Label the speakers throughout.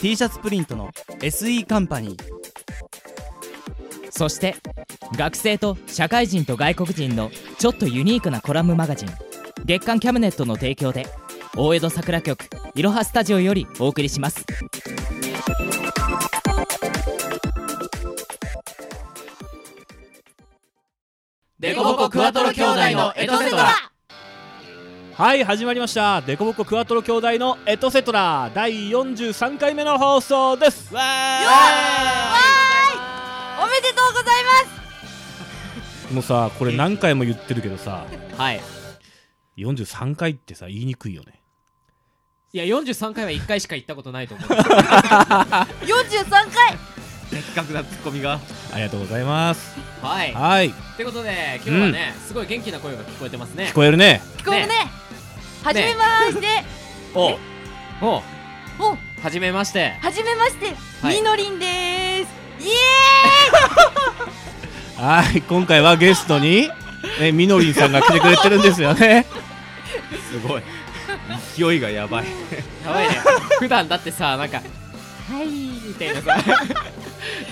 Speaker 1: T シャツプリントの SE カンパニー
Speaker 2: そして学生と社会人と外国人のちょっとユニークなコラムマガジン月刊キャムネットの提供で大江戸桜局いろはスタジオよりお送りします
Speaker 3: デコボコクワトロ兄弟のエトセトラ
Speaker 4: はい始まりましたデコボコクワトロ兄弟のエトセトラ第43回目の放送です
Speaker 3: おめでとうございます
Speaker 4: もうさこれ何回も言ってるけどさ
Speaker 2: はい
Speaker 4: 43回ってさ言いにくいよね
Speaker 5: いや43回は1回しか行ったことないと思う
Speaker 3: 43回
Speaker 5: 的確なツッコミが
Speaker 4: ありがとうございます
Speaker 5: はいっ
Speaker 4: はい
Speaker 5: てことで今日はね、すごい元気な声が聞こえてますね
Speaker 4: 聞こえるね
Speaker 3: 聞こえるねはじめまして
Speaker 5: おお
Speaker 3: お
Speaker 5: はじめまして
Speaker 3: はじめまして
Speaker 5: はい
Speaker 3: みのりんですイエ
Speaker 4: はい、今回はゲストに、ね、みのりんさんが来てくれてるんですよね。
Speaker 6: すごい勢いがやばい
Speaker 5: やばいね 普段だってさなんか
Speaker 3: ーイ
Speaker 5: みたいなさ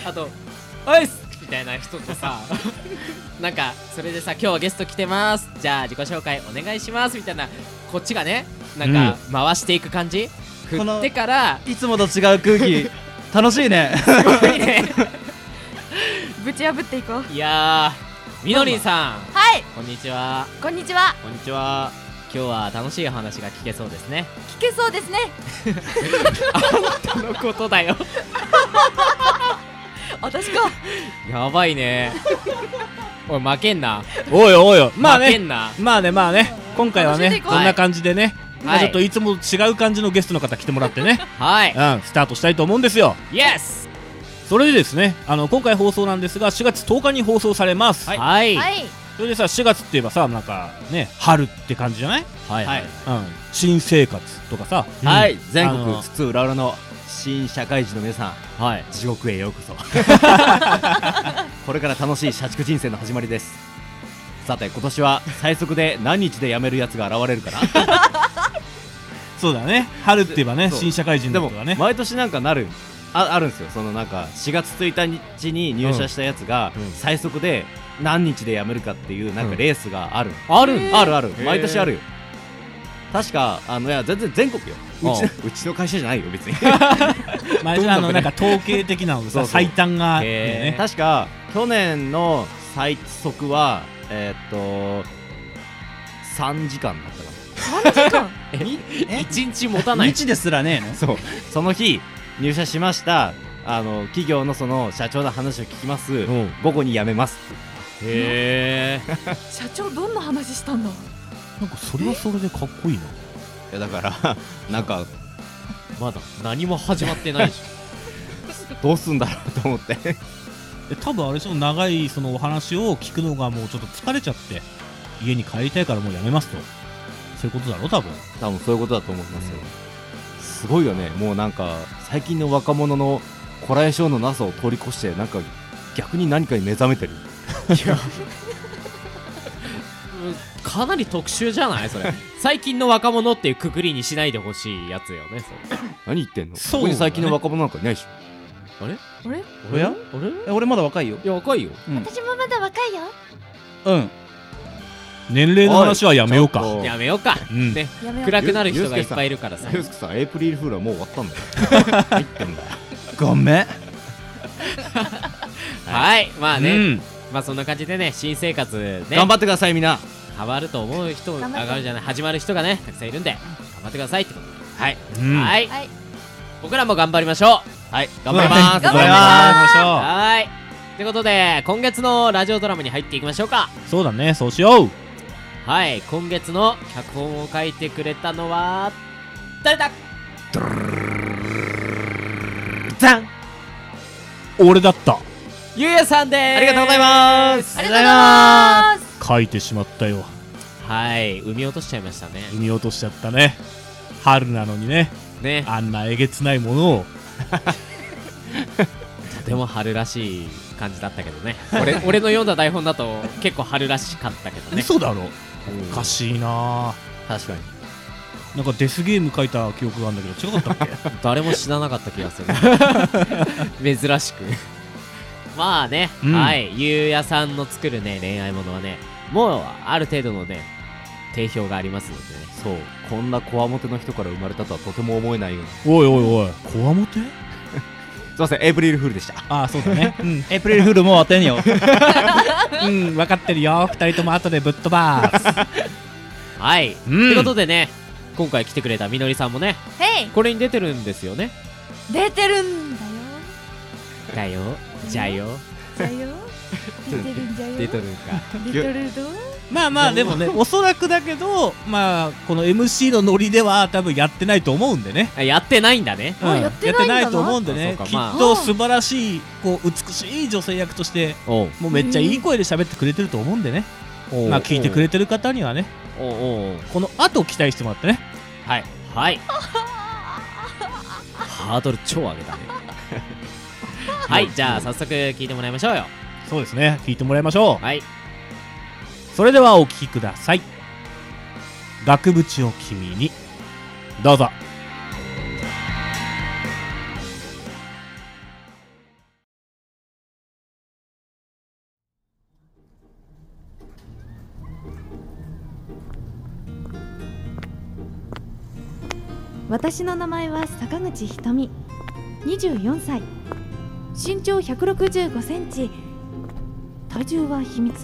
Speaker 5: あと「おいっす!」みたいな人とさ なんかそれでさ「今日はゲスト来てますじゃあ自己紹介お願いします」みたいなこっちがねなんか回していく感じ、
Speaker 1: こ
Speaker 5: 振
Speaker 1: の
Speaker 5: ってから
Speaker 1: いつもと違う空気 楽しいね
Speaker 3: はいぶち破っていこう
Speaker 5: いやーみのりんさん
Speaker 3: はい
Speaker 5: こんにちは
Speaker 3: こんにちは
Speaker 5: こんにちは今日は楽しいお話が聞けそうですね
Speaker 3: 聞けそうですね
Speaker 5: そのことだよ
Speaker 3: 私か
Speaker 5: やばいねおい負けんな
Speaker 4: おいおいおい、まあ
Speaker 5: 負け
Speaker 4: ね、
Speaker 5: んな
Speaker 4: まあね、まあね、今回は
Speaker 3: 楽しんで
Speaker 4: ね
Speaker 3: い、こ
Speaker 4: こ
Speaker 3: うん
Speaker 4: な感じでね、まあ
Speaker 5: はい
Speaker 4: ちょっといつもと違う感じのゲストの方来てもらってね、
Speaker 5: はい
Speaker 4: うん、スタートしたいと思うんですよ。
Speaker 5: イエス
Speaker 4: それでですね、あの今回放送なんですが、4月10日に放送されます。
Speaker 5: はい
Speaker 4: あ
Speaker 5: はい
Speaker 3: はい
Speaker 4: それでさ、4月って言えばさ、なんかね、春って感じじゃない？
Speaker 6: はい
Speaker 5: はい
Speaker 4: うん、新生活とかさ、
Speaker 6: はい、全
Speaker 4: あ
Speaker 6: 国
Speaker 4: の
Speaker 6: 津々浦々の新社会人の皆さん、はい、地獄へようこそこれから楽しい社畜人生の始まりですさて今年は最速で何日で辞めるやつが現れるかな
Speaker 4: そうだね、春って言えばね、
Speaker 6: そう
Speaker 4: 新社会人
Speaker 6: で
Speaker 4: の
Speaker 6: も
Speaker 4: ことがね、
Speaker 6: 毎年なんかなるああるんですよそのなんか4月1日に入社したやつが
Speaker 4: うんうん
Speaker 6: 最速で何日で辞めるかっていうなんかレースがある、
Speaker 5: あるんだ
Speaker 6: あるある
Speaker 5: へー
Speaker 6: 毎年あるよ確かあのいや全然全国ようちのうちの会社じゃないよ別に
Speaker 4: 毎年あのなんか統計的なので
Speaker 6: そうそう
Speaker 4: さ、最短があるよ
Speaker 5: へ
Speaker 4: ね。
Speaker 6: 確か去年の最速はえーっと3時間だったか
Speaker 5: 一日持たない
Speaker 1: 日ですらねえの
Speaker 6: なそうその日入社しましたあの企業のその社長の話を聞きます、
Speaker 4: ん
Speaker 6: 午後に辞めます
Speaker 5: へえ
Speaker 3: 社長どんな話したんだ
Speaker 4: なんかそれはそれでかっこいいな。
Speaker 6: いやだからなんか
Speaker 5: まだ何も始まってないし
Speaker 6: どうすんだろうと思って
Speaker 4: え多分あれその長いそのお話を聞くのがもうちょっと疲れちゃって家に帰りたいからもうやめますとそういうことだろ多分
Speaker 6: 多分そういうことだと思いますよ、すごいよねもうなんか最近の若者のこらえ性のなさを通り越してなんか逆に何かに目覚めてる
Speaker 5: かなり特殊じゃないそれ 最近の若者っていうくくりにしないでほしいやつよねそれ
Speaker 6: 何言ってんの
Speaker 4: そ
Speaker 6: こ
Speaker 4: うだね
Speaker 6: こに最近の若者なんかいないでしょ
Speaker 1: おや
Speaker 5: あれ
Speaker 1: 俺まだ若いよ
Speaker 5: いや若いよ
Speaker 3: 私もまだ若いよ
Speaker 1: うん
Speaker 4: 年齢の話はやめよう
Speaker 6: ちょっ
Speaker 4: か
Speaker 6: と
Speaker 5: やめようか、
Speaker 4: うん
Speaker 5: ね
Speaker 3: やめよう
Speaker 5: 暗くなる人がいっぱいいるからさ
Speaker 6: ユースケさんエイプリルフールはもう終わったんだよ 入ってんだよ
Speaker 1: ごめん
Speaker 5: はいまあね、
Speaker 4: うん
Speaker 5: まあそんな感じでね新生活ね
Speaker 6: 頑張ってくださいみんな
Speaker 5: 変わると思う人上
Speaker 3: 頑張って
Speaker 5: がるじゃない始まる人がねたくさんいるんで頑張ってくださいってことではい、
Speaker 4: うん
Speaker 5: はい
Speaker 3: はい
Speaker 5: 僕らも頑張りましょうはい頑張ります
Speaker 3: 頑張り
Speaker 4: ます
Speaker 5: はいということで今月のラジオドラマに入っていきましょうか
Speaker 4: そうだねそうしよう
Speaker 5: はい今月の脚本を書いてくれたのは誰だ
Speaker 6: ザン
Speaker 4: 俺だった
Speaker 5: ゆうやさんでーす
Speaker 6: ありがとうございます
Speaker 3: ありがとうございます
Speaker 4: 書いてしまったよ
Speaker 5: はい産み落としちゃいましたね
Speaker 4: 産み落としちゃったね春なのにね
Speaker 5: ね
Speaker 4: あんなえげつないものを
Speaker 5: とても春らしい感じだったけどね俺 俺の読んだ台本だと結構春らしかったけどね
Speaker 4: 嘘だろお
Speaker 5: 歌
Speaker 4: か
Speaker 5: 詞
Speaker 4: しいな
Speaker 5: 確かに
Speaker 4: なんかデスゲーム書いた記憶があるんだけど違かったっけ
Speaker 5: 誰も死ななかった 気がする珍しくまあね、
Speaker 4: うん
Speaker 5: はいゆうやさんの作るね恋愛ものはねもうある程度のね定評がありますのでね
Speaker 6: そうこんなこわもての人から生まれたとはとても思えないような
Speaker 4: おいおいおいこわもて
Speaker 6: すいませんエイプリルフールでした
Speaker 4: ああ そうだねうん
Speaker 1: エイプリルフールもう当てん よ
Speaker 4: うん分かってるよ二人とも後でぶっ飛ばす
Speaker 5: はい、
Speaker 4: うん
Speaker 5: ってことでね今回来てくれたみのりさんもね
Speaker 3: ヘイ
Speaker 5: これに出てるんですよね
Speaker 3: 出てるんだよ
Speaker 5: だよじゃよ
Speaker 3: じ ゃよ出てるんじゃよ
Speaker 5: 出てるんか
Speaker 3: 出てるぞ
Speaker 4: まあまあでもねおそらくだけどまあこの MC のノリでは多分やってないと思うんでね
Speaker 5: あやってないんだね
Speaker 3: あ
Speaker 4: うん
Speaker 3: やってないんだな
Speaker 4: やってないと思うんでね
Speaker 5: あそう
Speaker 4: き
Speaker 5: かまあ
Speaker 4: っと素晴らしいこう美しい女性役として
Speaker 5: おう
Speaker 4: もうめっちゃいい声で喋ってくれてると思うんでね
Speaker 5: おう
Speaker 4: まあ聞いてくれてる方にはね
Speaker 5: おうおう
Speaker 4: この後期待してもらってね
Speaker 5: はい はいハードル超上げたねはいじゃあ早速聞いてもらいましょうよ
Speaker 4: そうですね聞いてもらいましょう
Speaker 5: はい
Speaker 4: それではお聞きください額縁を君にどうぞ
Speaker 7: 私の名前は坂口ひとみ24歳身長165センチ体重は秘密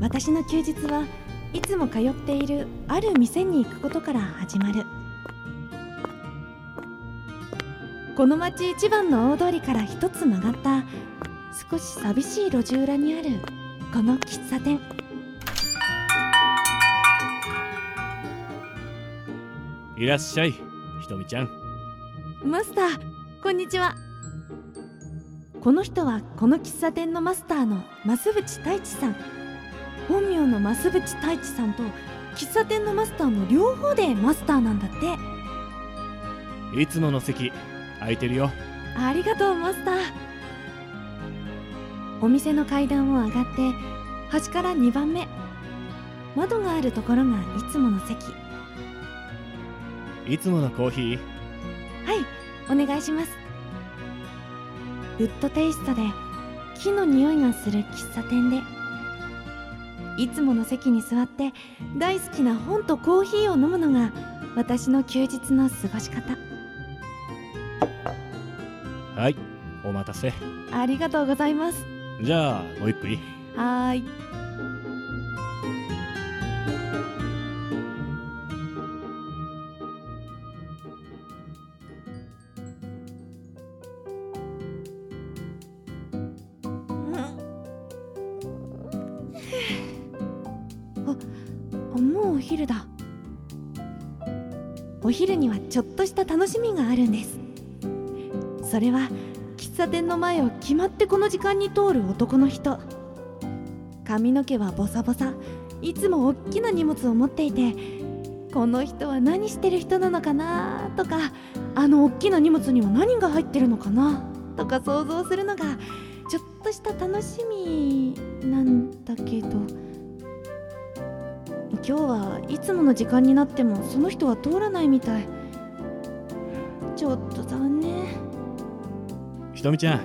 Speaker 7: 私の休日はいつも通っているある店に行くことから始まるこの町一番の大通りから一つ曲がった少し寂しい路地裏にあるこの喫茶店
Speaker 4: いらっしゃいひとみちゃん
Speaker 7: マスターこんにちはこの人はこの喫茶店のマスターの増渕太一さん本名の増渕太一さんと喫茶店のマスターの両方でマスターなんだって
Speaker 4: いつもの席空いてるよ
Speaker 7: ありがとうマスターお店の階段を上がって端から2番目窓があるところがいつもの席
Speaker 4: いつものコーヒー
Speaker 7: はい、お願いします。ウッドテイストで木の匂いがする喫茶店で、いつもの席に座って大好きな本とコーヒーを飲むのが私の休日の過ごし方。
Speaker 4: はいお待たせ
Speaker 7: ありがとうございます。
Speaker 4: じゃあごゆっくり
Speaker 7: はーい。あ、もうお昼だ。お昼にはちょっとした楽しみがあるんです。それは喫茶店の前を決まってこの時間に通る男の人髪の毛はボサボサいつも大きな荷物を持っていてこの人は何してる人なのかなとかあの大きな荷物には何が入ってるのかなとか想像するのがちょっとした楽しみなんだけど今日はいつもの時間になってもその人は通らないみたいちょっと残念。
Speaker 4: ひとみちゃん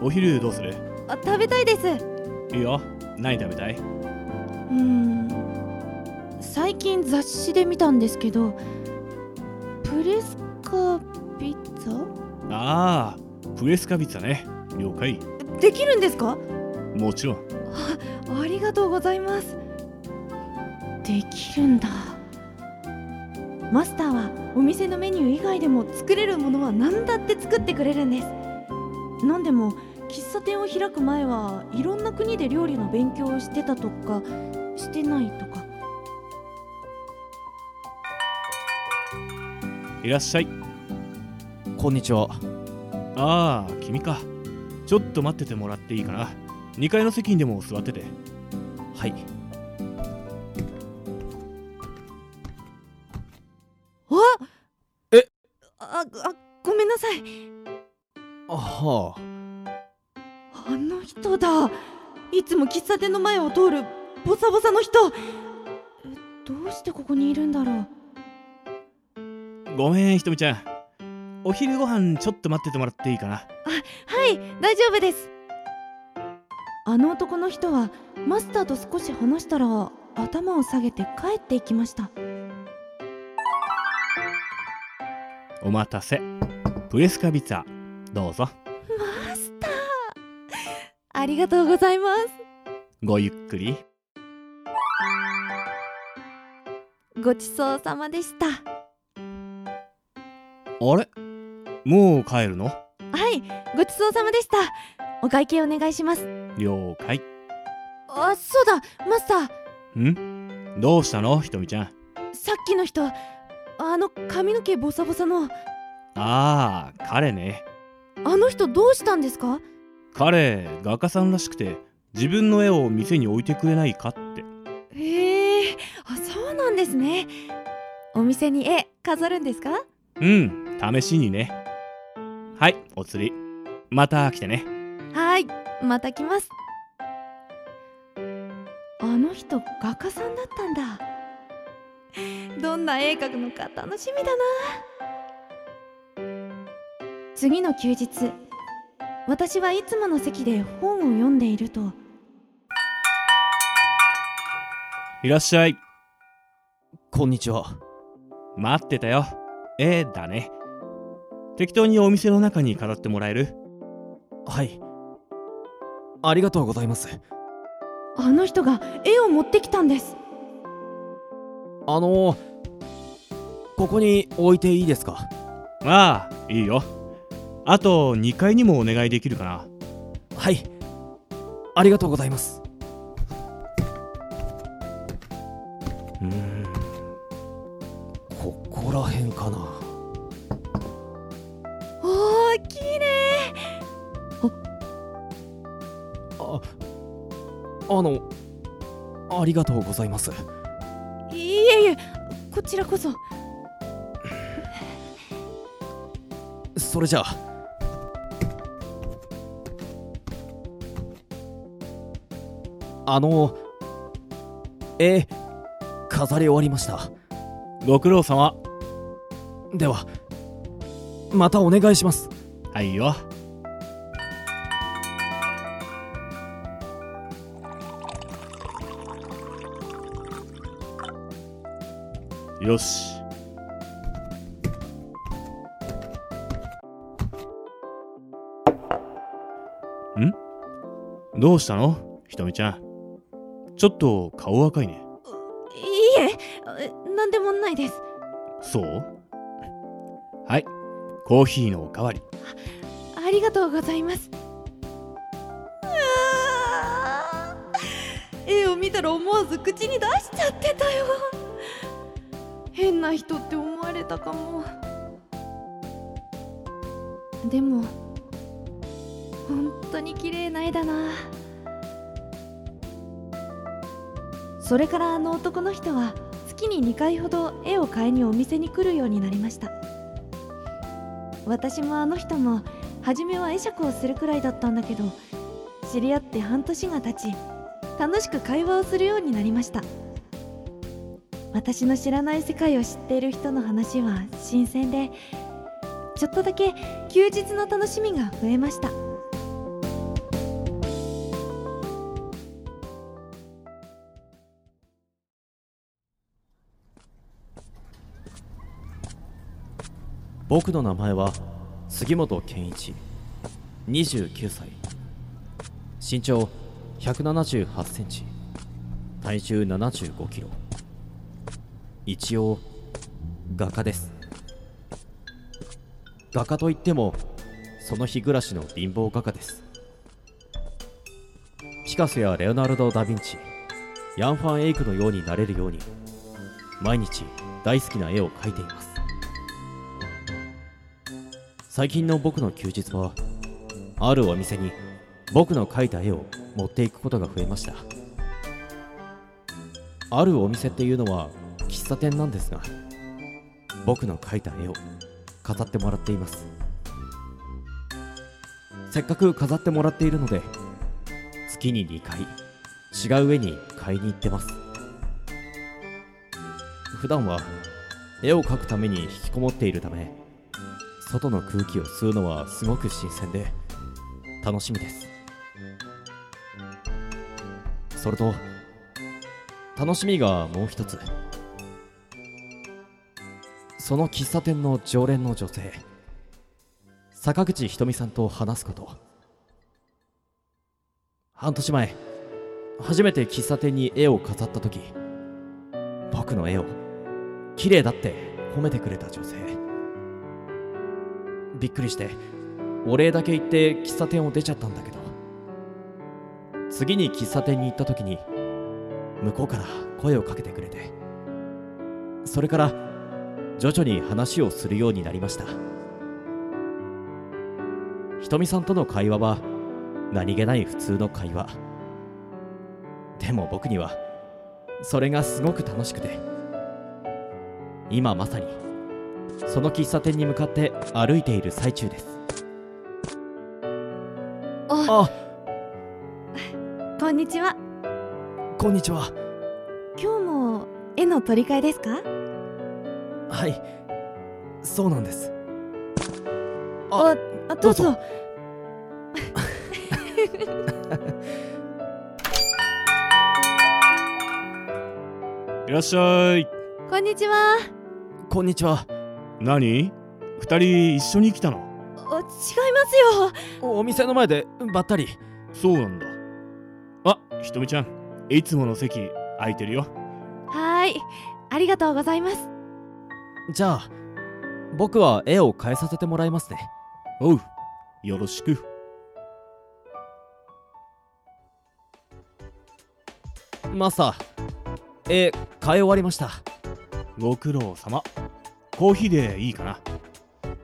Speaker 4: お昼どうする
Speaker 7: あ食べたいです
Speaker 4: いいよ何食べたい
Speaker 7: うん最近雑誌で見たんですけどプレスカビザ
Speaker 4: ああプレスカビッツァね了解
Speaker 7: できるんですか
Speaker 4: もちろん
Speaker 7: ありがとうございますできるんだマスターはお店のメニュー以外でも作れるものは何だって作ってくれるんです何でも喫茶店を開く前はいろんな国で料理の勉強をしてたとかしてないとか
Speaker 4: いらっしゃい
Speaker 6: こんにちは
Speaker 4: ああ君かちょっと待っててもらっていいかな2階の席にでも座ってて
Speaker 6: はい
Speaker 7: あ
Speaker 6: え
Speaker 7: ああごめんなさい
Speaker 6: あは
Speaker 7: あの人だいつも喫茶店の前を通るボサボサの人えどうしてここにいるんだろう
Speaker 4: ごめんひとみちゃんお昼ご飯ちょっと待っててもらっていいかな
Speaker 7: はい大丈夫ですあの男の人はマスターと少し話したら頭を下げて帰っていきました
Speaker 4: お待たせプレスカビッツァどうぞ
Speaker 7: マスターありがとうございま
Speaker 4: ごゆっくり
Speaker 7: すごちそうさまでしたは
Speaker 4: あれもう帰るの
Speaker 7: いごちそうさまでしたお会計お願いします
Speaker 4: 了解
Speaker 7: あそうだマスター
Speaker 4: んどうしたのひとみちゃん
Speaker 7: さっきの人あの髪の毛ボサボサの
Speaker 4: ああ彼ね
Speaker 7: あの人どうしたんですか
Speaker 4: 彼画家さんらしくて自分の絵を店に置いてくれないかって
Speaker 7: へえあそうなんですねお店に絵飾るんですか
Speaker 4: うん試しにねはいお釣りまた来てね
Speaker 7: はいまた来ますあの人画家さんだったんだどんな絵描くのか楽しみだな次の休日私はいつもの席で本を読んでいると
Speaker 4: いらっしゃい
Speaker 6: こんにちは
Speaker 4: 待ってたよ絵だね適当にお店の中に飾ってもらえる
Speaker 6: はいありがとうございます
Speaker 7: あの人が絵を持ってきたんです
Speaker 6: あのここに置いていいですか
Speaker 4: ああいいよあと2階にもお願いできるかな
Speaker 6: はいありがとうございます
Speaker 4: うーん
Speaker 6: ここら辺かな
Speaker 7: おー綺麗
Speaker 6: ああのありがとうございます
Speaker 7: いえいえこちらこそ
Speaker 6: それじゃああのえ飾り終わりました
Speaker 4: ご苦労様
Speaker 6: ではまたお願いします
Speaker 4: はいよよしんどうしたのひとみちゃんちょっと顔赤いね
Speaker 7: いいええなんでもないです
Speaker 4: そうはいコーヒーのおかわり
Speaker 7: ありがとうございますうわー絵を見たら思わず口に出しちゃってたよ変な人って思われたかもでも本当に綺麗な絵だなそれからあの男の人は月に2回ほど絵を買いにお店に来るようになりました私もあの人も初めは会釈をするくらいだったんだけど知り合って半年が経ち楽しく会話をするようになりました私の知らない世界を知っている人の話は新鮮でちょっとだけ休日の楽しみが増えました
Speaker 6: 僕の名前は杉本健一29歳身長178センチ体重75キロ一応画家です画家といってもその日暮らしの貧乏画家ですピカソやレオナルド・ダ・ヴィンチヤン・ファン・エイクのようになれるように毎日大好きな絵を描いています最近の僕の休日はあるお店に僕の描いた絵を持っていくことが増えましたあるお店っていうのは喫茶店なんですが僕の描いた絵を飾ってもらっていますせっかく飾ってもらっているので月に2回違う絵に買いに行ってます普段は絵を描くために引きこもっているため外の空気を吸うのはすごく新鮮で楽しみですそれと楽しみがもう一つその喫茶店の常連の女性坂口ひとみさんと話すこと半年前初めて喫茶店に絵を飾った時僕の絵を綺麗だって褒めてくれた女性びっくりしてお礼だけ言って喫茶店を出ちゃったんだけど次に喫茶店に行った時に向こうから声をかけてくれてそれから徐々に話をするようになりましたひとみさんとの会話は何気ない普通の会話でも僕にはそれがすごく楽しくて今まさにその喫茶店に向かって歩いている最中です
Speaker 7: お
Speaker 6: あ
Speaker 7: こんにちは
Speaker 6: こんにちは
Speaker 7: 今日も絵の取り替えですか
Speaker 6: はいそうなんです
Speaker 7: ああどうぞ
Speaker 6: どう
Speaker 4: いらっしゃい
Speaker 7: こんにちは
Speaker 6: こんにちは
Speaker 4: 何二人一緒に来たの
Speaker 7: お違いますよ
Speaker 6: おお店の前でばったり
Speaker 4: そうなんだあひとみちゃんいつもの席空いてるよ
Speaker 7: はーいありがとうございます
Speaker 6: じゃあ僕は絵を変えさせてもらいますね
Speaker 4: おうよろしく
Speaker 6: マスター絵変え終わりました
Speaker 4: ご苦労様コーヒーでいいかな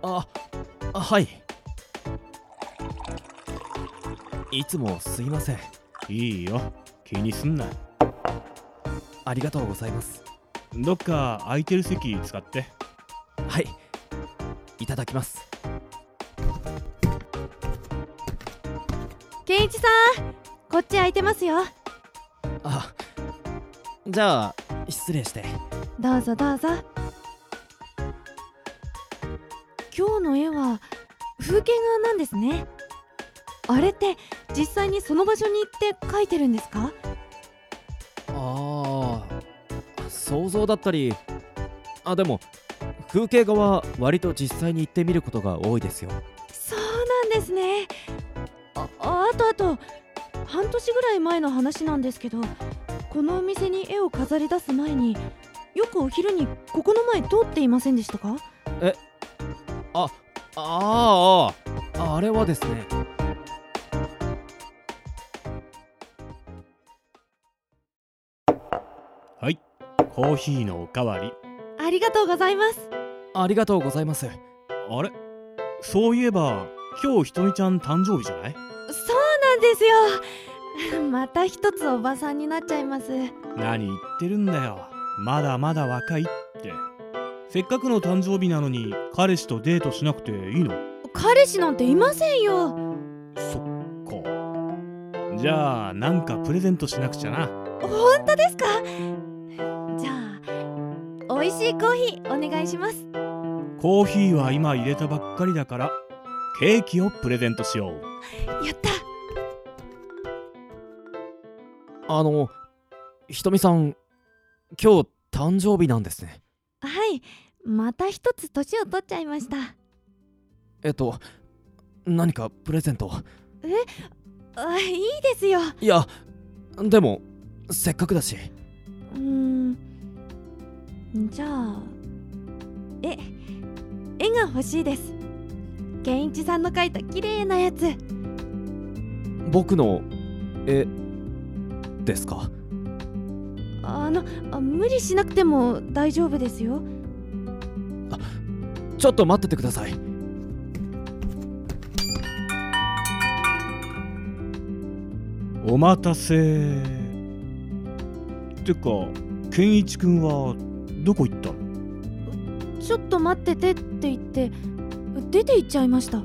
Speaker 6: ああはいいつもすいません
Speaker 4: いいよ気にすんな
Speaker 6: ありがとうございます
Speaker 4: どっか空いてる席使って
Speaker 6: はいいただきます
Speaker 7: 健一さんこっち空いてますよ
Speaker 6: あじゃあ失礼して
Speaker 7: どうぞどうぞ今日の絵は風景画なんですねあれって実際にその場所に行って描いてるんですか
Speaker 6: ああ想像だったりあでも風景画は割と実際に行ってみることが多いですよ
Speaker 7: そうなんですねあああとあと半年ぐらい前の話なんですけどこのお店に絵を飾り出す前によくお昼にここの前通っていませんでしたか
Speaker 6: ああああれはですね
Speaker 4: はいコーヒーのおかわり
Speaker 7: ありがとうございます
Speaker 6: ありがとうございます
Speaker 4: あれそういえば今日ひとみちゃん誕生日じゃない
Speaker 7: そうなんですよ また一つおばさんになっちゃいます
Speaker 4: 何言ってるんだよまだまだ若いってせっかくの誕生日なのに彼氏とデートしなくていいの
Speaker 7: 彼氏なんていませんよ
Speaker 4: そっかじゃあなんかプレゼントしなくちゃな
Speaker 7: 本当ですかじゃあ美味しいコーヒーお願いします
Speaker 4: コーヒーは今入れたばっかりだからケーキをプレゼントしよう
Speaker 7: やった
Speaker 6: あのひとみさん今日誕生日なんですね
Speaker 7: はいまた一つ年を取っちゃいました
Speaker 6: えっと何かプレゼント
Speaker 7: あいいですよ
Speaker 6: いやでもせっかくだし
Speaker 7: うーんじゃあえ絵が欲しいです健一さんの描いた綺麗なやつ
Speaker 6: 僕の絵ですか
Speaker 7: あのあ無理しなくても大丈夫ですよ
Speaker 6: ちょっと待っててください
Speaker 4: お待たせてか健一くんはどこ行ったの
Speaker 7: ちょっと待っててって言って出て行っちゃいました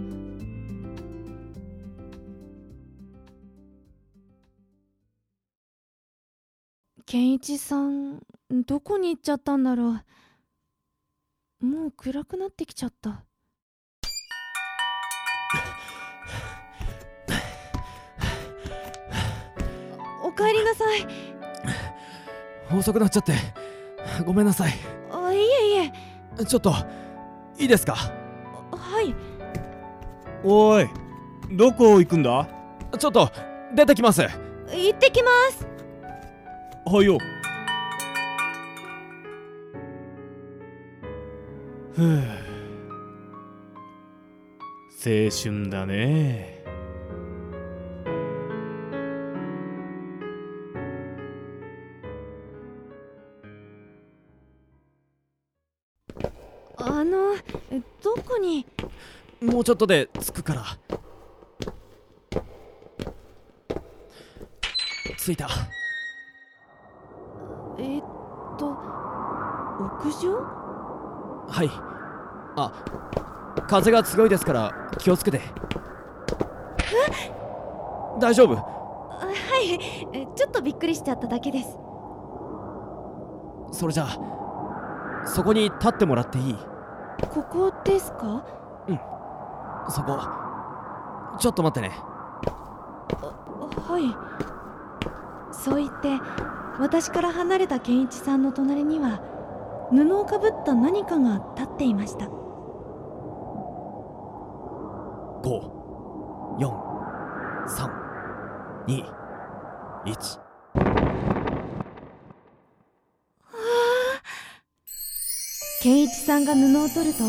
Speaker 7: 健一さんどこに行っちゃったんだろうもう暗くなってきちゃったおかえりなさい
Speaker 6: 遅くなっちゃってごめんなさい
Speaker 7: あいえいえ
Speaker 6: ちょっといいですか
Speaker 7: はい
Speaker 4: おいどこ行くんだは
Speaker 6: ちょっと出てきます
Speaker 7: 行ってきます
Speaker 4: よふう青春だね
Speaker 7: あのどこに
Speaker 6: もうちょっとで着くから着いた
Speaker 7: えっと屋上
Speaker 6: はいあ風がすごいですから気をつけて大丈夫
Speaker 7: はいえちょっとびっくりしちゃっただけです
Speaker 6: それじゃあそこに立ってもらっていい
Speaker 7: ここですか
Speaker 6: そこちょっと待ってね
Speaker 7: はいそう言って私から離れた健一さんの隣には布をかぶった何かが立っていました
Speaker 6: 54321
Speaker 7: 健一さんが布を取ると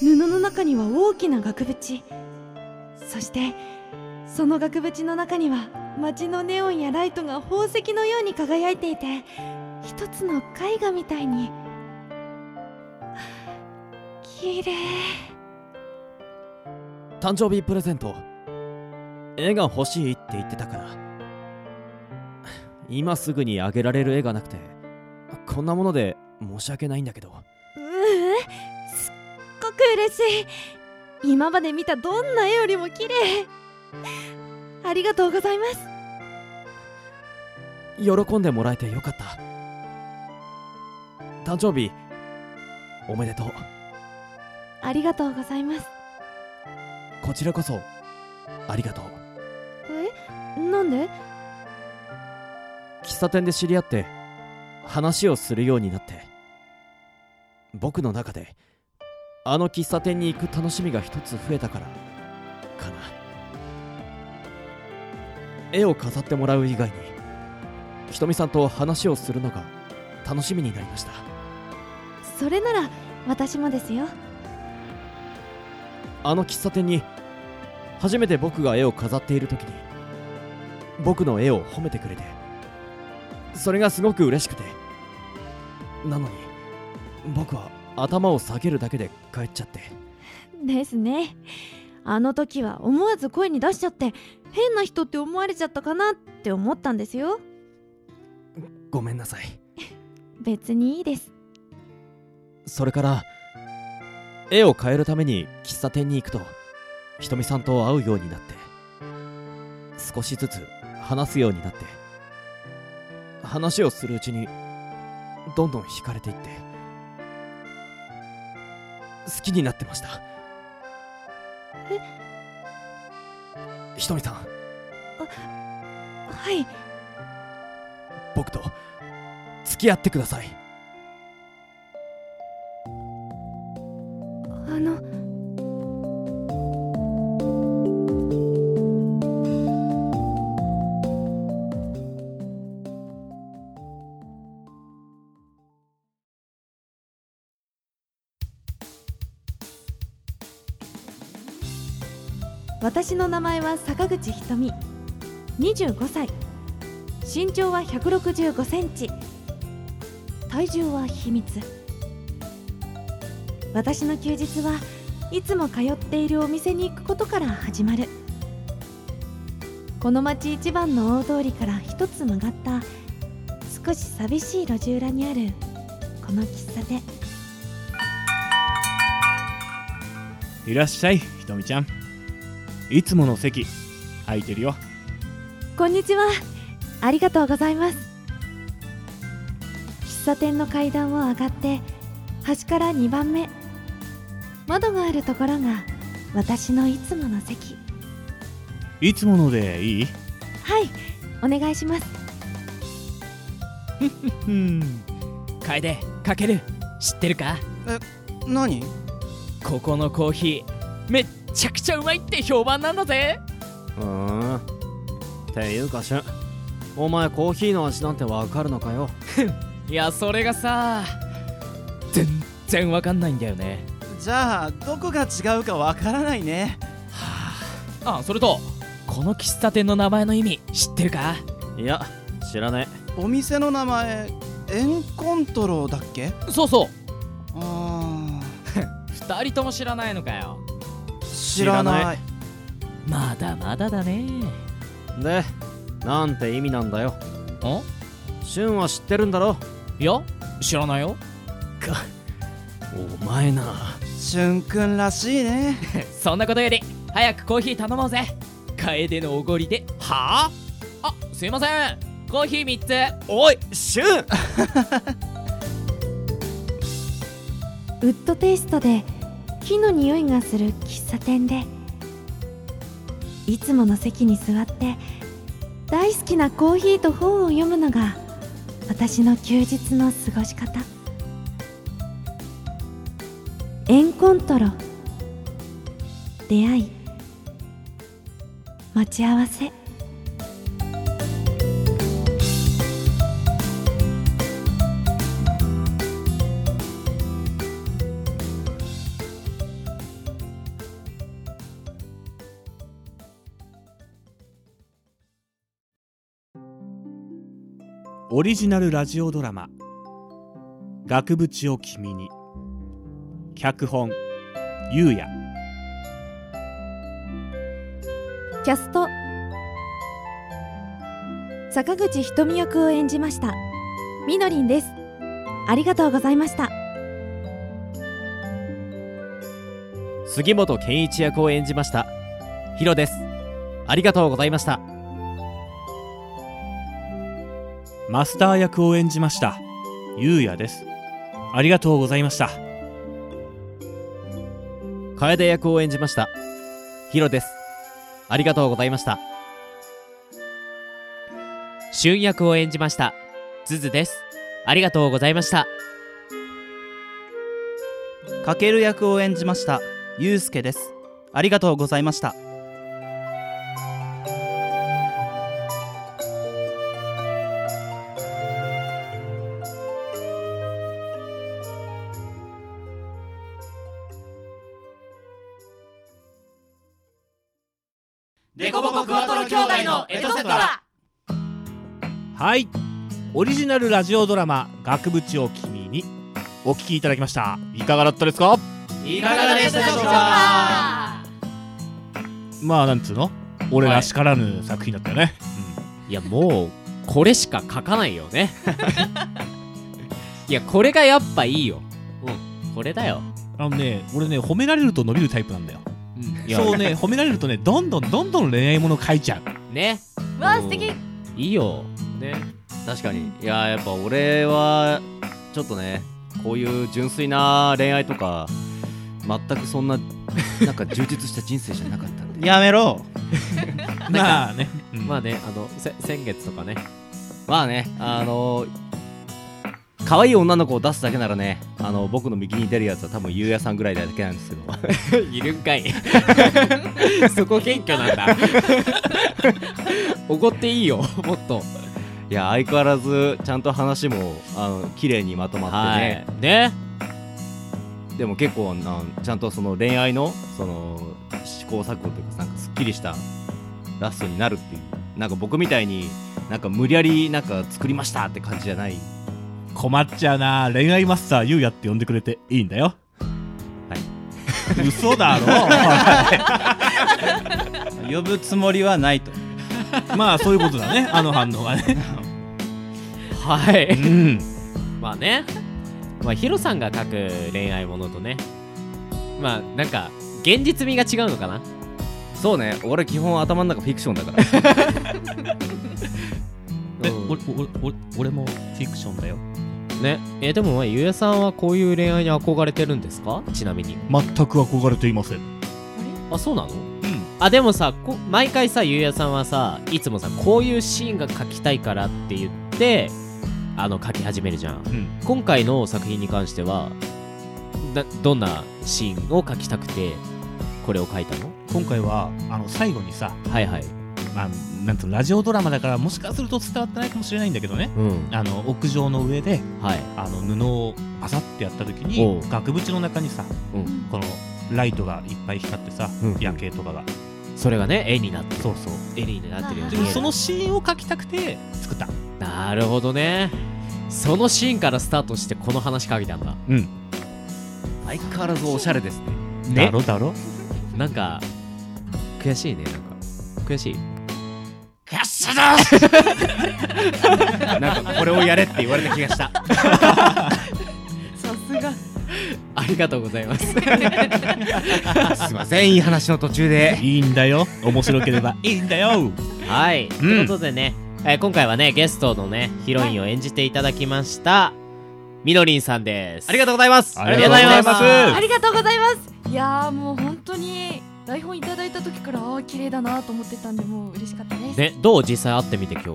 Speaker 7: 布の中には大きな額縁そしてその額縁の中には街のネオンやライトが宝石のように輝いていて一つの絵画みたいに綺麗
Speaker 6: 誕生日プレゼント絵が欲しいって言ってたから今すぐにあげられる絵がなくてこんなもので申し訳ないんだけど
Speaker 7: ううんすっごく嬉しい今まで見たどんな絵よりも綺麗ありがとうございます
Speaker 6: 喜んでもらえてよかった誕生日おめでとう
Speaker 7: ありがとうございます
Speaker 6: こちらこそありがとう
Speaker 7: えなんで
Speaker 6: 喫茶店で知り合って話をするようになって僕の中であの喫茶店に行く楽しみが一つ増えたからかな絵を飾ってもらう以外にひとみさんと話をするのが楽しみになりました
Speaker 7: それなら私もですよ
Speaker 6: あの喫茶店に初めて僕が絵を飾っている時に僕の絵を褒めてくれてそれがすごく嬉しくてなのに僕は頭を下げるだけで帰っちゃって
Speaker 7: ですねあの時は思わず声に出しちゃって変な人って思われちゃったかなって思ったんですよ
Speaker 6: ごめんなさい
Speaker 7: 別にいいです
Speaker 6: それから絵を変えるために喫茶店に行くとひとみさんと会うようになって少しずつ話すようになって話をするうちにどんどん惹かれていって好きになってましたひとみさん
Speaker 7: はい
Speaker 6: 僕と付き合ってください
Speaker 7: の私の名前は坂口ひとみ25歳身長は165センチ体重は秘密私の休日はいつも通っているお店に行くことから始まるこの町一番の大通りから一つ曲がった少し寂しい路地裏にあるこの喫茶店
Speaker 4: いらっしゃいひとみちゃんいつもの席空いてるよ
Speaker 7: こんにちはありがとうございます喫茶店の階段を上がって端から2番目窓があるところが私のいつもの席
Speaker 4: いつものでいい
Speaker 7: はいお願いします
Speaker 5: うん楓かける知ってるか
Speaker 1: 何
Speaker 5: ここのコーヒーめっちゃくちゃうまいって評判なんだぜ
Speaker 6: うーんていうかしゅんお前コーヒーの味なんてわかるのかよ
Speaker 5: いやそれがさ全然わかんないんだよね
Speaker 1: じゃあどこが違うかわからないね
Speaker 5: あそれとこの喫茶店の名前の意味知ってるか
Speaker 6: いや知らね
Speaker 1: お店の名前エンコントローだっけ
Speaker 5: そうそう
Speaker 1: あ
Speaker 5: 2人とも知らないのかよ
Speaker 1: ー知らない
Speaker 6: 知らな
Speaker 5: まだまだだね
Speaker 6: えでなんて意味なんだよ
Speaker 5: ん
Speaker 6: しゅんは知ってるんだろ
Speaker 5: いや知らないよ
Speaker 6: お前な
Speaker 1: しゅんくんらしいね
Speaker 5: そんなことより早くコーヒー頼もうぜ楓のおごりではああすいませんコーヒー3つ
Speaker 6: おいしゅん
Speaker 7: ウッドテイストで木の匂いがする喫茶店でいつもの席に座って大好きなコーヒーと本を読むのが私の休日の過ごし方エンコントロ出会い待ち合わせ
Speaker 4: オリジナルラジオドラマ「額縁を君に」脚本ゆうや
Speaker 7: キャスト坂口ひとみ役を演じましたみのりんですありがとうございました
Speaker 6: 杉本健一役を演じましたヒロですありがとうございました
Speaker 4: マスター役を演じましたゆうやですありがとうございました
Speaker 6: 楓役を演じましたヒロですありがとうございました
Speaker 8: 俊役を演じましたズズですありがとうございました
Speaker 1: かける役を演じましたゆうすけですありがとうございました
Speaker 9: デコボコクワトロ兄弟のエトセトラ
Speaker 4: はいオリジナルラジオドラマ「額縁を君に」お聞きいただきましたいかがだったですか
Speaker 9: い
Speaker 8: かがでしたでしょう
Speaker 9: か
Speaker 4: まあなんつうの俺らしからぬ作品だったよね、
Speaker 8: いやもうこれしか書かないよね いやこれがやっぱいいようんこれだよ
Speaker 4: あのね俺ね褒められると伸びるタイプなんだよ
Speaker 8: うん
Speaker 4: そうね褒められるとねどんどんどんどん恋愛もの書いちゃう
Speaker 8: ね
Speaker 9: わあ素敵
Speaker 8: いいよね
Speaker 6: 確かにいややっぱ俺はちょっとねこういう純粋な恋愛とか全くそんななんか充実した人生じゃなかったんで
Speaker 1: やめろ
Speaker 4: まあね、うん
Speaker 8: まあねあのせ先月とかね
Speaker 6: まあねあの可愛い女の子を出すだけならねあの僕の右に出るやつは多分ゆうやさんぐらいだけなんですけど
Speaker 5: いるんかい そこ謙虚なんだおごっていいよもっと
Speaker 6: いや相変わらずちゃんと話もあの綺麗にまとまってね、
Speaker 5: ね
Speaker 6: でも結構なんちゃんとその恋愛のその試行錯誤というかなんかすっきりしたラストになるっていうなんか僕みたいになんか無理やりなんか作りましたって感じじゃない
Speaker 4: 困っちゃうな恋愛マスターゆうやって呼んでくれていいんだよ
Speaker 6: はい
Speaker 4: 嘘だ ろ
Speaker 1: 呼ぶつもりはないと
Speaker 4: まあそういうことだねあの反応がね
Speaker 5: は
Speaker 4: う
Speaker 5: い
Speaker 4: ん
Speaker 5: まあねまあヒロさんが書く恋愛ものとねまあなんか現実味が違うのかな
Speaker 6: そうね俺基本頭の中フィクションだから
Speaker 1: え俺俺俺俺もフィクションだよ
Speaker 5: ねえでもまあゆうやさんはこういう恋愛に憧れてるんですかちなみに
Speaker 4: 全く憧れていません
Speaker 5: あそうなのうんあでもさこ毎回さゆうやさんはさいつもさこういうシーンが描きたいからって言ってあの描き始めるじゃん、
Speaker 4: ん
Speaker 5: 今回の作品に関してはなどんなシーンを描きたくてこれを描いたの
Speaker 4: 今回はあの最後にさ、
Speaker 5: はいはい
Speaker 4: まあ、なんとラジオドラマだからもしかすると伝わってないかもしれないんだけどね
Speaker 5: うん
Speaker 4: あの屋上の上で
Speaker 5: はい
Speaker 4: あの布をパサってやった時
Speaker 5: お
Speaker 4: に
Speaker 5: う
Speaker 4: 額縁の中にさ、
Speaker 5: うん
Speaker 4: このライトがいっぱい光ってさ、
Speaker 5: うん
Speaker 4: 夜景とかが
Speaker 5: それがね絵になって
Speaker 4: そうそう
Speaker 5: 絵になってるように
Speaker 4: で
Speaker 5: 見
Speaker 4: も
Speaker 5: える
Speaker 4: そのシーンを描きたくて作った
Speaker 5: なるほどねそのシーンからスタートしてこの話描いたんだ
Speaker 6: 相変わらずおしゃれですね
Speaker 4: だろだろ
Speaker 5: なんか悔しいねなんか悔しい
Speaker 6: なんかこれをやれって言われた気がした
Speaker 7: さすが
Speaker 5: ありがとうございます
Speaker 6: すいませんいい話の途中で
Speaker 4: いいんだよ面白ければいいんだよ
Speaker 5: はい、ということでね、えー今回はねゲストのねヒロインを演じていただきましたみのりんさんです
Speaker 6: ありがとうございます
Speaker 4: ありがとうございます
Speaker 7: ありがとうございますいやーもう本当に台本いただいた時からあー綺麗だなと思ってたんでもう嬉しかったです、
Speaker 5: ねどう実際会ってみて今日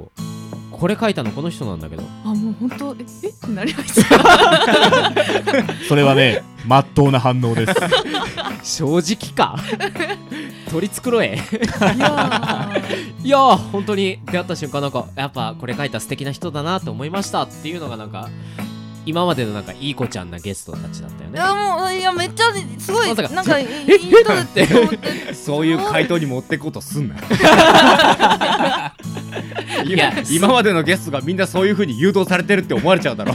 Speaker 5: これ書いたのこの人なんだけど
Speaker 7: あもう本当ええってなりました
Speaker 4: それはねまっとうな反応です
Speaker 5: 正直か取り繕え
Speaker 7: いやー
Speaker 5: いやー本当に出会った瞬間なんかやっぱこれ書いた素敵な人だなと思いましたっていうのがなんか今までのなんかいい子ちゃんなゲストたちだったよ
Speaker 7: い
Speaker 5: ね
Speaker 7: やもういやめっちゃすごい
Speaker 5: まさか
Speaker 7: なんかいい
Speaker 5: え
Speaker 7: 人だって思って
Speaker 6: そういう回答に持ってこうとすんな
Speaker 5: いや
Speaker 6: 今までのゲストがみんなそういう風に誘導されてるって思われちゃうだろ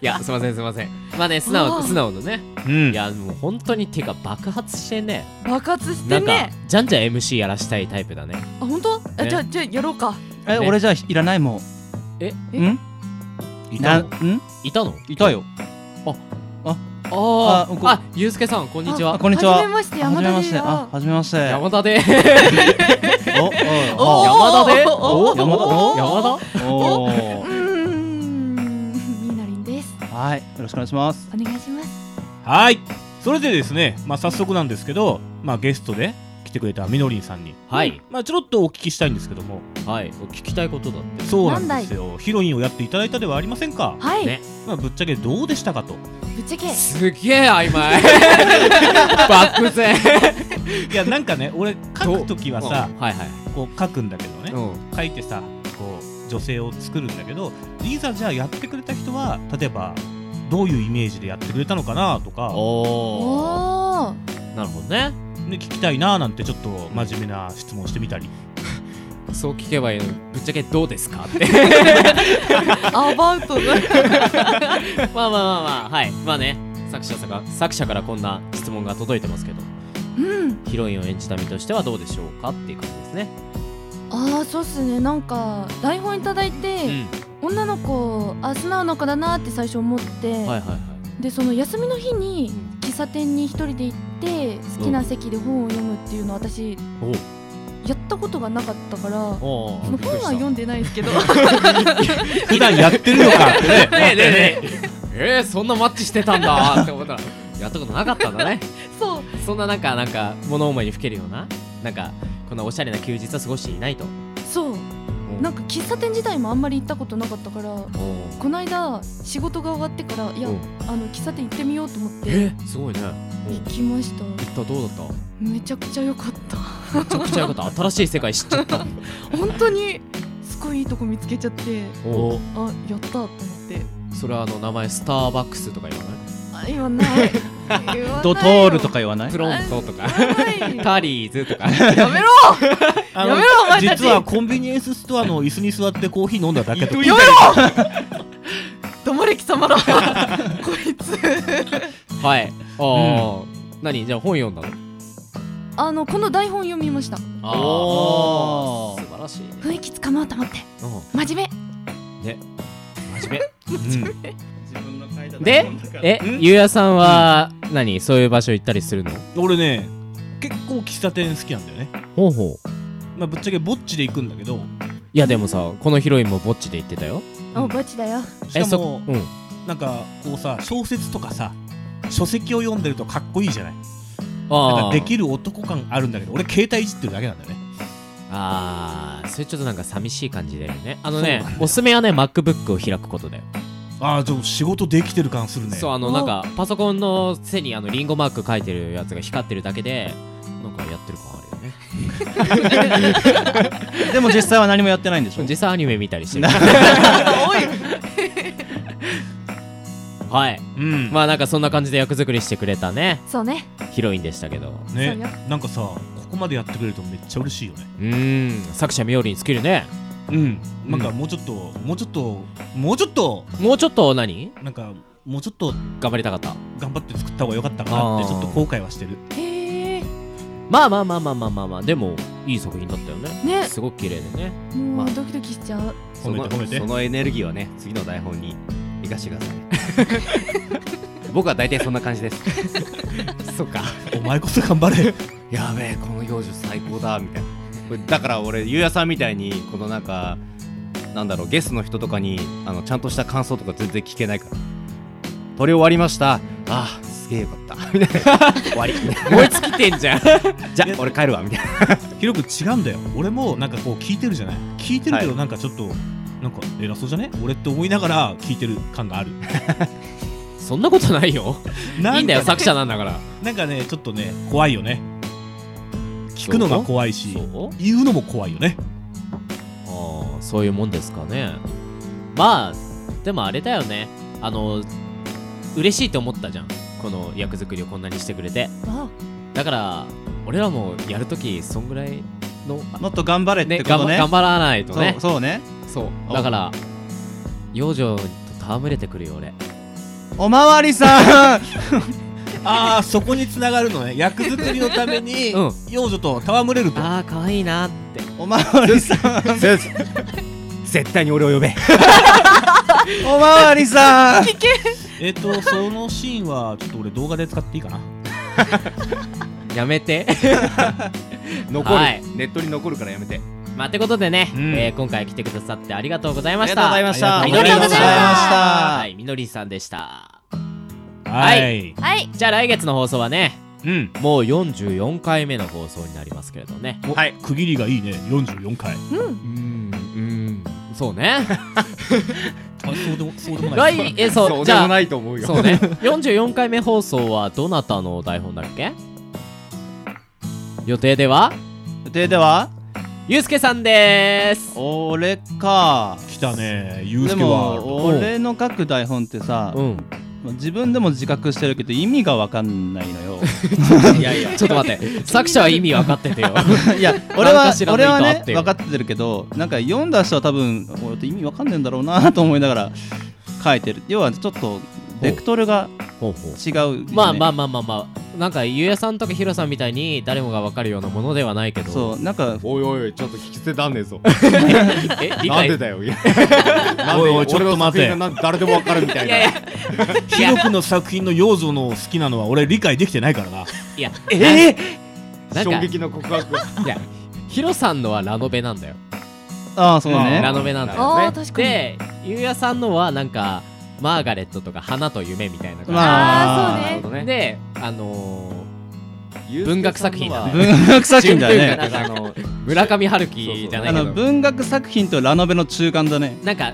Speaker 5: いやすいませんすいませんまあね素直素直のね
Speaker 4: うん
Speaker 5: いやもう本当に手が爆発してね
Speaker 7: 爆発し
Speaker 5: な
Speaker 7: て
Speaker 5: んか
Speaker 7: ね
Speaker 5: じゃんじゃん MC やらしたいタイプだね
Speaker 7: あ本当あ
Speaker 5: ね
Speaker 7: じゃあじゃあやろうか
Speaker 1: え、
Speaker 5: ね
Speaker 1: 俺じゃあいらないもん
Speaker 5: え
Speaker 1: ん
Speaker 4: い
Speaker 1: な
Speaker 4: たの
Speaker 1: ん
Speaker 5: いたの
Speaker 1: いたよ
Speaker 5: あ
Speaker 1: あこ
Speaker 5: ああゆうすけさんこんにち
Speaker 1: あ
Speaker 5: は
Speaker 1: こんにちは
Speaker 7: じめまして山田
Speaker 1: はじめまし
Speaker 7: です
Speaker 1: てあはじめまして
Speaker 5: 山田で
Speaker 1: お
Speaker 5: お
Speaker 1: お
Speaker 5: 山田で
Speaker 7: お
Speaker 5: お
Speaker 1: お山田お
Speaker 5: 山田
Speaker 1: お
Speaker 7: う
Speaker 1: お
Speaker 7: ーんみなりんです
Speaker 1: はいよろしくお願いします
Speaker 7: お願いします
Speaker 4: はいそれでですね、まあ、早速なんですけど、まあ、ゲストで来てくれたみのりんさんに、
Speaker 5: はい
Speaker 4: まあ、ちょろっとお聞きしたいんですけども
Speaker 5: はいお聞きたいことだって
Speaker 4: そうなんですよヒロインをやっていただいたではありませんか、
Speaker 7: はい、
Speaker 5: ね
Speaker 4: まあ、ぶっちゃけどうでしたかと
Speaker 7: ぶっちゃけ
Speaker 5: すげえ曖昧漠然
Speaker 4: いやなんかね俺書く時はさ
Speaker 5: うんはいはい
Speaker 4: こう書くんだけどね
Speaker 5: うん
Speaker 4: 書いてさこう女性を作るんだけどいざじゃあやってくれた人は例えばどういうイメージでやってくれたのかなとか、
Speaker 5: おお
Speaker 7: おー
Speaker 5: なるほどね
Speaker 4: ね、聞きたいななんてちょっと真面目な質問してみたり
Speaker 5: そう聞けばいいのにぶっちゃけどうですかって
Speaker 7: アバウトな
Speaker 5: まあまあまあまあはいまあね作者さんが作者からこんな質問が届いてますけど
Speaker 7: うん
Speaker 5: ヒロインを演じた身としてはどうでしょうかっていう感じですね
Speaker 7: あーそうっすねなんか台本いただいて、女の子あ素直な子だなって最初思って、
Speaker 5: はいはいはい
Speaker 7: でその休みの日に喫茶店に一人で行って好きな席で本を読むっていうのを私
Speaker 5: おう
Speaker 7: やったことがなかったからそ
Speaker 5: おう
Speaker 7: の本は読んでないです けど
Speaker 4: 普段やってるの かってね
Speaker 5: ねえねえねええー、そんなマッチしてたんだって思ったらやったことなかったんだね
Speaker 7: そう
Speaker 5: そんななんかなんか物思いにふけるようななんかこんなおしゃれな休日は過ごしていないと
Speaker 7: そうなんか喫茶店自体もあんまり行ったことなかったからこの間仕事が終わってからいや
Speaker 10: うん
Speaker 7: あの喫茶店行ってみようと思って
Speaker 10: えすごいね
Speaker 7: 行きました
Speaker 10: 行ったどうだった
Speaker 7: めちゃくちゃ良かった
Speaker 2: めちゃくちゃよかった新しい世界知っちゃった
Speaker 7: 本当にすごいいいとこ見つけちゃって
Speaker 10: お
Speaker 7: あやったと思って
Speaker 10: それはあの名前スターバックスとか言わない
Speaker 7: あ言わない言わない
Speaker 1: ドトールとか言わない
Speaker 5: プロントとか
Speaker 7: 言わない よ
Speaker 5: カリーズとか
Speaker 7: やめろ
Speaker 4: あ
Speaker 7: や
Speaker 4: の
Speaker 7: めろお前たち
Speaker 4: 実はコンビニエンスストアの椅子に座ってコーヒー飲んだだけとか
Speaker 7: やめろ黙れ貴様らこいつ
Speaker 5: はいああ何じゃあ本読んだの
Speaker 7: あのこの台本読みました
Speaker 5: ああ素晴らしいね
Speaker 7: 雰囲気つかもうと思って真面
Speaker 5: 真面
Speaker 1: で
Speaker 5: 目えゆうやさんは何そういう場所行ったりするの
Speaker 4: 俺ね結構喫茶店好きなんだよね
Speaker 5: ほうほう
Speaker 4: まあぶっちゃけぼっちで行くんだけど
Speaker 5: いやでもさこのヒロインもぼっちで行ってたよ
Speaker 7: 目おぼちだよ
Speaker 5: え
Speaker 4: しか
Speaker 5: そ
Speaker 4: も
Speaker 5: うん
Speaker 4: なんかこうさ小説とかさ書籍を読んでるとかっこいいじゃないなん
Speaker 5: あ
Speaker 4: か
Speaker 5: あ
Speaker 4: できる男感あるんだけど俺携帯いじってるだけなんだよね
Speaker 5: ああそれちょっとなんか寂しい感じだよねあのねおすすめはね MacBook を開くことだよ
Speaker 4: ああでも仕事できてる感するね
Speaker 5: そうあのなんかパソコンの背にあのリンゴマーク書いてるやつが光ってるだけでなんかやってる感あるよね
Speaker 1: でも実際は何もやってないんでしょ
Speaker 5: 実際アニメ見たりしてる はい
Speaker 4: うん
Speaker 5: まあなんかそんな感じで役作りしてくれたね
Speaker 7: そうね
Speaker 5: ヒロインでしたけど
Speaker 4: ね
Speaker 7: そうよ
Speaker 4: なんかさここまでやってくれるとめっちゃ嬉しいよね
Speaker 5: うーん作者みおりに尽きるね
Speaker 4: うんなんかもうちょっと、もうちょっともうちょっと
Speaker 5: もうちょっと何
Speaker 4: なんかもうちょっと
Speaker 5: 頑張りたかった
Speaker 4: 頑張って作った方が良かったかなって
Speaker 5: あー
Speaker 4: ちょっと後悔はしてる
Speaker 7: へえ
Speaker 5: まあまあまあまあまあまあまあでもいい作品だったよね
Speaker 7: ね
Speaker 5: すごく綺麗でね
Speaker 7: も
Speaker 5: まあ
Speaker 7: うドキドキしちゃう
Speaker 4: 褒めて褒めて
Speaker 6: そのエネルギーはね次の台本に生かしてくだ さい僕は大体そんな感じです
Speaker 5: そっか
Speaker 4: お前こそ頑張れ
Speaker 6: やべえこの表情最高だみたいなこれだから俺ゆうやさんみたいにこのなんかなんだろうゲストの人とかにあのちゃんとした感想とか全然聞けないから撮り終わりましたああすげえよかったみたいな終わり
Speaker 5: 燃え尽きてんじゃん
Speaker 6: じゃあ 俺帰るわみたいな
Speaker 4: ひろくん違うんだよ俺もなんかこう聞いてるじゃない聞いてるけどなんかちょっと、なんか偉そうじゃね俺って思いながら 聞いてる感がある
Speaker 5: そんなことないよ
Speaker 4: なんか
Speaker 5: いいんだよ作者なんだから
Speaker 4: なんかねちょっとね怖いよね聞くのが怖いし
Speaker 5: そう
Speaker 4: 言うのも怖いよね
Speaker 5: ああそういうもんですかねまあでもあれだよねあの嬉しいと思ったじゃんこの役作りをこんなにしてくれて
Speaker 7: わ
Speaker 5: だから俺らもやるときそんぐらいのあ
Speaker 1: もっと頑張れっ
Speaker 5: ね
Speaker 1: てこと
Speaker 5: 頑張
Speaker 1: ね
Speaker 5: 頑張らないとね
Speaker 1: そうそうね
Speaker 5: そうだから養女と戯れてくるよ俺
Speaker 1: おまわりさん
Speaker 4: ああそこに繋がるのね役作りのため に
Speaker 5: うん
Speaker 4: 幼女と戯れると
Speaker 5: ああ可愛いなって
Speaker 1: おまわりさん
Speaker 6: 絶対に俺を呼べ
Speaker 1: おまわりさん
Speaker 4: えっとそのシーンはちょっと俺動画で使っていいかな
Speaker 5: やめて
Speaker 6: 残る、
Speaker 5: はい
Speaker 6: ネットに残るからやめて
Speaker 5: まあってことでね、
Speaker 4: うん
Speaker 5: えー今回来てくださってありがとうございまし
Speaker 6: ありがとう
Speaker 5: た
Speaker 6: ございました
Speaker 5: ありがとうございまし
Speaker 1: あり
Speaker 5: た
Speaker 1: がとうございました
Speaker 5: はいみのりさんでした
Speaker 4: はい
Speaker 7: はい
Speaker 5: じゃあ来月の放送はね
Speaker 4: うん
Speaker 5: もう44回目の放送になりますけれどね
Speaker 4: はい区切りがいいね44回
Speaker 7: うん
Speaker 5: うんうんそうね
Speaker 4: あそうでもそうでもない
Speaker 5: 来えそう
Speaker 6: で
Speaker 5: じゃ
Speaker 6: も
Speaker 5: あ
Speaker 6: ないと思うよ
Speaker 5: そうね44回目放送はどなたの台本だっけ予定では
Speaker 1: ででは
Speaker 5: ゆうすけさんです
Speaker 1: 俺か
Speaker 4: 来たねゆう
Speaker 1: です
Speaker 4: けは
Speaker 1: も俺の書く台本ってさ
Speaker 5: うん
Speaker 1: 自分でも自覚してるけど意味がわかんないのよ
Speaker 5: いやい やちょっと待って作者は意味分かって てよ
Speaker 1: いや 俺
Speaker 5: なん
Speaker 1: は
Speaker 5: か知らな
Speaker 1: 俺
Speaker 5: いと
Speaker 1: は
Speaker 5: あ
Speaker 1: ね
Speaker 5: ってよ
Speaker 1: 分かってるけどなんか読んだ人は多分俺って意味わかんねえんだろうなと思いながら書いてる要はちょっとベクトルが
Speaker 5: ほうほう
Speaker 1: 違うよね、
Speaker 5: まあまあまあまあまあなんかゆうやさんとかひろさんみたいに誰もが分かるようなものではないけど
Speaker 1: そうなんか
Speaker 6: おいおいおいちょっと聞き捨てたんねえぞ
Speaker 5: え理
Speaker 6: なん
Speaker 5: 解
Speaker 6: でだよ。いやなん
Speaker 4: お
Speaker 6: で
Speaker 4: いおいちょっと待て
Speaker 6: 俺の作品がなん誰でもわかるみたいな。
Speaker 4: ひろくの作品の幼女の好きなのは俺理解できてないからない
Speaker 5: や
Speaker 6: え
Speaker 5: なんか
Speaker 6: 衝撃の告白。
Speaker 5: いやひろさんのはラノベなんだよ
Speaker 1: ああそうね
Speaker 5: ラノベなんだよ
Speaker 7: あ
Speaker 5: ね
Speaker 7: ー確かに
Speaker 5: でゆうやさんのはなんかマーガレットとか花と夢みたいな感じ
Speaker 1: まあ
Speaker 7: あ
Speaker 5: なるほどねであの文学作品だね
Speaker 1: 文学作品だ
Speaker 5: 純
Speaker 1: ね
Speaker 5: 文学なんかあの村上春樹じゃな
Speaker 1: あ
Speaker 5: いけ
Speaker 1: の
Speaker 5: ど
Speaker 1: 文学作品とラノベの中間だね
Speaker 5: なんか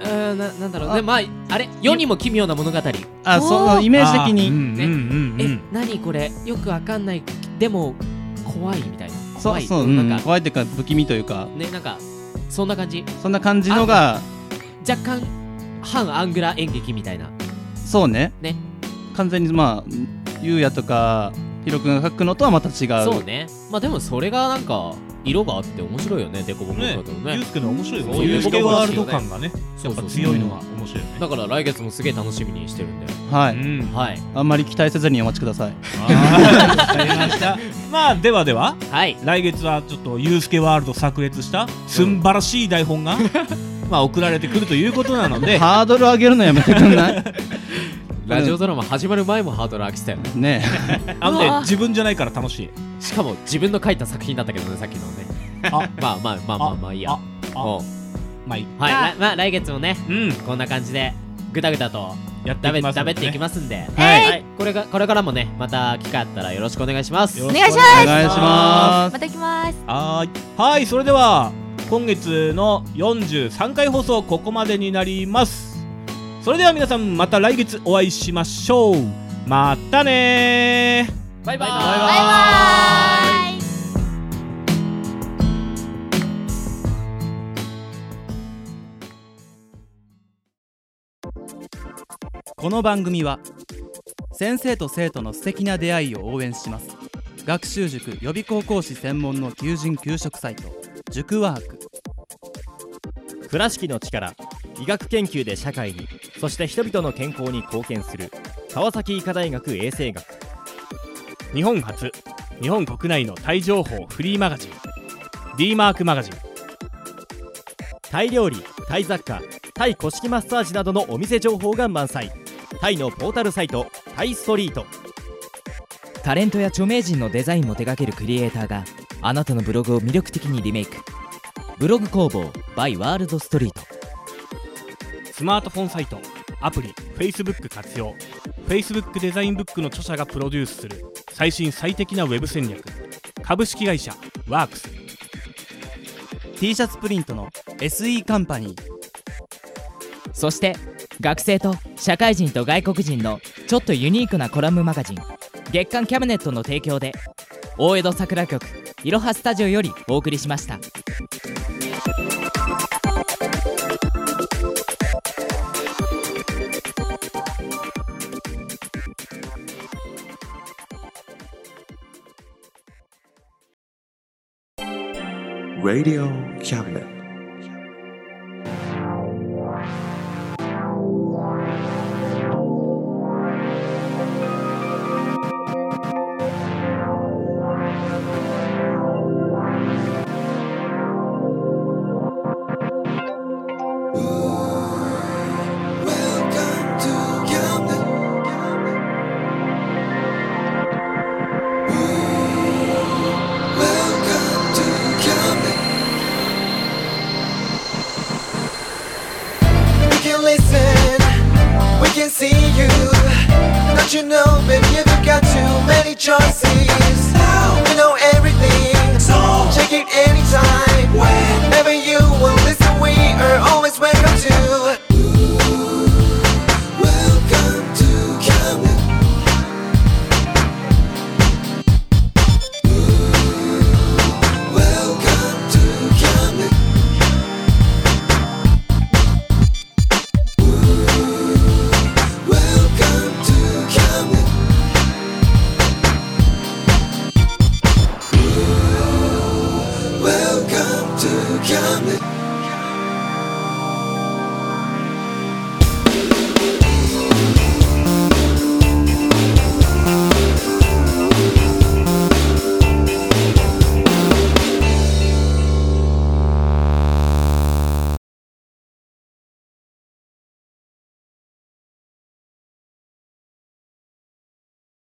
Speaker 5: うーんななんだろう
Speaker 1: あ
Speaker 5: ねまああれ世にも奇妙な物語
Speaker 1: あそのイメージ的に
Speaker 4: うんうんうんう
Speaker 5: え
Speaker 4: ん
Speaker 5: 何これよくわかんないでも怖いみたいな
Speaker 1: そ
Speaker 5: 怖
Speaker 1: う
Speaker 5: い
Speaker 1: そう、う
Speaker 5: なん
Speaker 1: ん、
Speaker 5: か
Speaker 1: 怖いっていうか不気味というか
Speaker 5: ねなんかそんな感じ
Speaker 1: そんな感じのが
Speaker 5: 若干反アングラ演劇みたいな
Speaker 1: そうね
Speaker 5: ね
Speaker 1: 完全にまあゆうやとかひろくんが書くのとはまた違う
Speaker 5: そうねまあでもそれがなんか色があって面白いよねデコボコだ
Speaker 4: ね
Speaker 5: と
Speaker 4: ユー
Speaker 5: ね
Speaker 4: スケの面白いよ
Speaker 5: そういう
Speaker 4: ユースケワールド感がね
Speaker 5: そ
Speaker 4: や
Speaker 5: う
Speaker 4: っぱ
Speaker 5: そう
Speaker 4: 強いのは面白いよね
Speaker 5: だから来月もすげえ楽しみにしてるんだよ
Speaker 1: は
Speaker 4: う
Speaker 1: い
Speaker 4: ん
Speaker 5: はい
Speaker 1: あんまり期待せずにお待ちください
Speaker 4: わかりました まあではでは
Speaker 5: はい
Speaker 4: 来月はちょっとユースケワールド炸裂したすんばらしい台本が、まあ送られてくるということなので
Speaker 1: ハードル上げるのやめてくんない
Speaker 5: ラジオドラマ始まる前もハードル上げてたよね
Speaker 1: ね
Speaker 4: あの
Speaker 7: う
Speaker 4: ね
Speaker 7: わ
Speaker 4: 自分じゃないから楽しい
Speaker 5: しかも自分の書いた作品だったけどねさっきのね
Speaker 4: あ
Speaker 5: まあまあまあまあまあいいや
Speaker 4: ああ
Speaker 5: おう
Speaker 4: まあいい
Speaker 5: はいらまあ来月もね
Speaker 4: うん
Speaker 5: こんな感じでぐだぐだと
Speaker 4: やって
Speaker 5: だ
Speaker 4: い
Speaker 5: べ
Speaker 4: きますのでね
Speaker 5: だべっていきますんで、
Speaker 1: はい
Speaker 5: はい、これがこれからもねまた機会あったらよろしくお願いします
Speaker 4: よ
Speaker 7: お
Speaker 4: ろく
Speaker 7: 願いし
Speaker 1: お
Speaker 7: ます
Speaker 1: 願いしま
Speaker 7: また来ます
Speaker 4: はーいはいそれでは今月の43回放送ここまでになりますそれでは皆さんまた来月お会いしましょうまたねー
Speaker 5: バイバイ
Speaker 7: バイバイ
Speaker 1: この番組は先生と生徒の素敵な出会いを応援します学習塾予備高校師専門の求人・求職サイト塾ワーク
Speaker 6: 倉敷の力医学研究で社会にそして人々の健康に貢献する川崎医科大学衛生学
Speaker 4: 日本初日本国内のタイ情報フリーマガジン D マークマガジン
Speaker 6: タイ料理タイ雑貨タイ古式マッサージなどのお店情報が満載タイのポータルサイトタイストリート
Speaker 2: タレントや著名人のデザインも手掛けるクリエイターがあなたのブログを魅力的にリメイクブログ工房 by ワールドストリート
Speaker 4: スマートフォンサイトアプリ Facebook 活用 Facebook デザインブックの著者がプロデュースする最新最適なウェブ戦略株式会社ワークス
Speaker 1: T シャツプリントの SE カンパニー
Speaker 2: そして学生と社会人と外国人のちょっとユニークなコラムマガジン月刊キャビネットの提供で大江戸桜局いろはスタジオよりお送りしました。
Speaker 11: Radio Cabinet.
Speaker 12: We can listen, we can see you. Don't you know, baby, you've got too many choices. Now we know everything, so check it anytime. Whenever you will listen, we are always welcome to. Welcome to Camden. Welcome to Camden. Welcome to Camden. Welcome to Camden.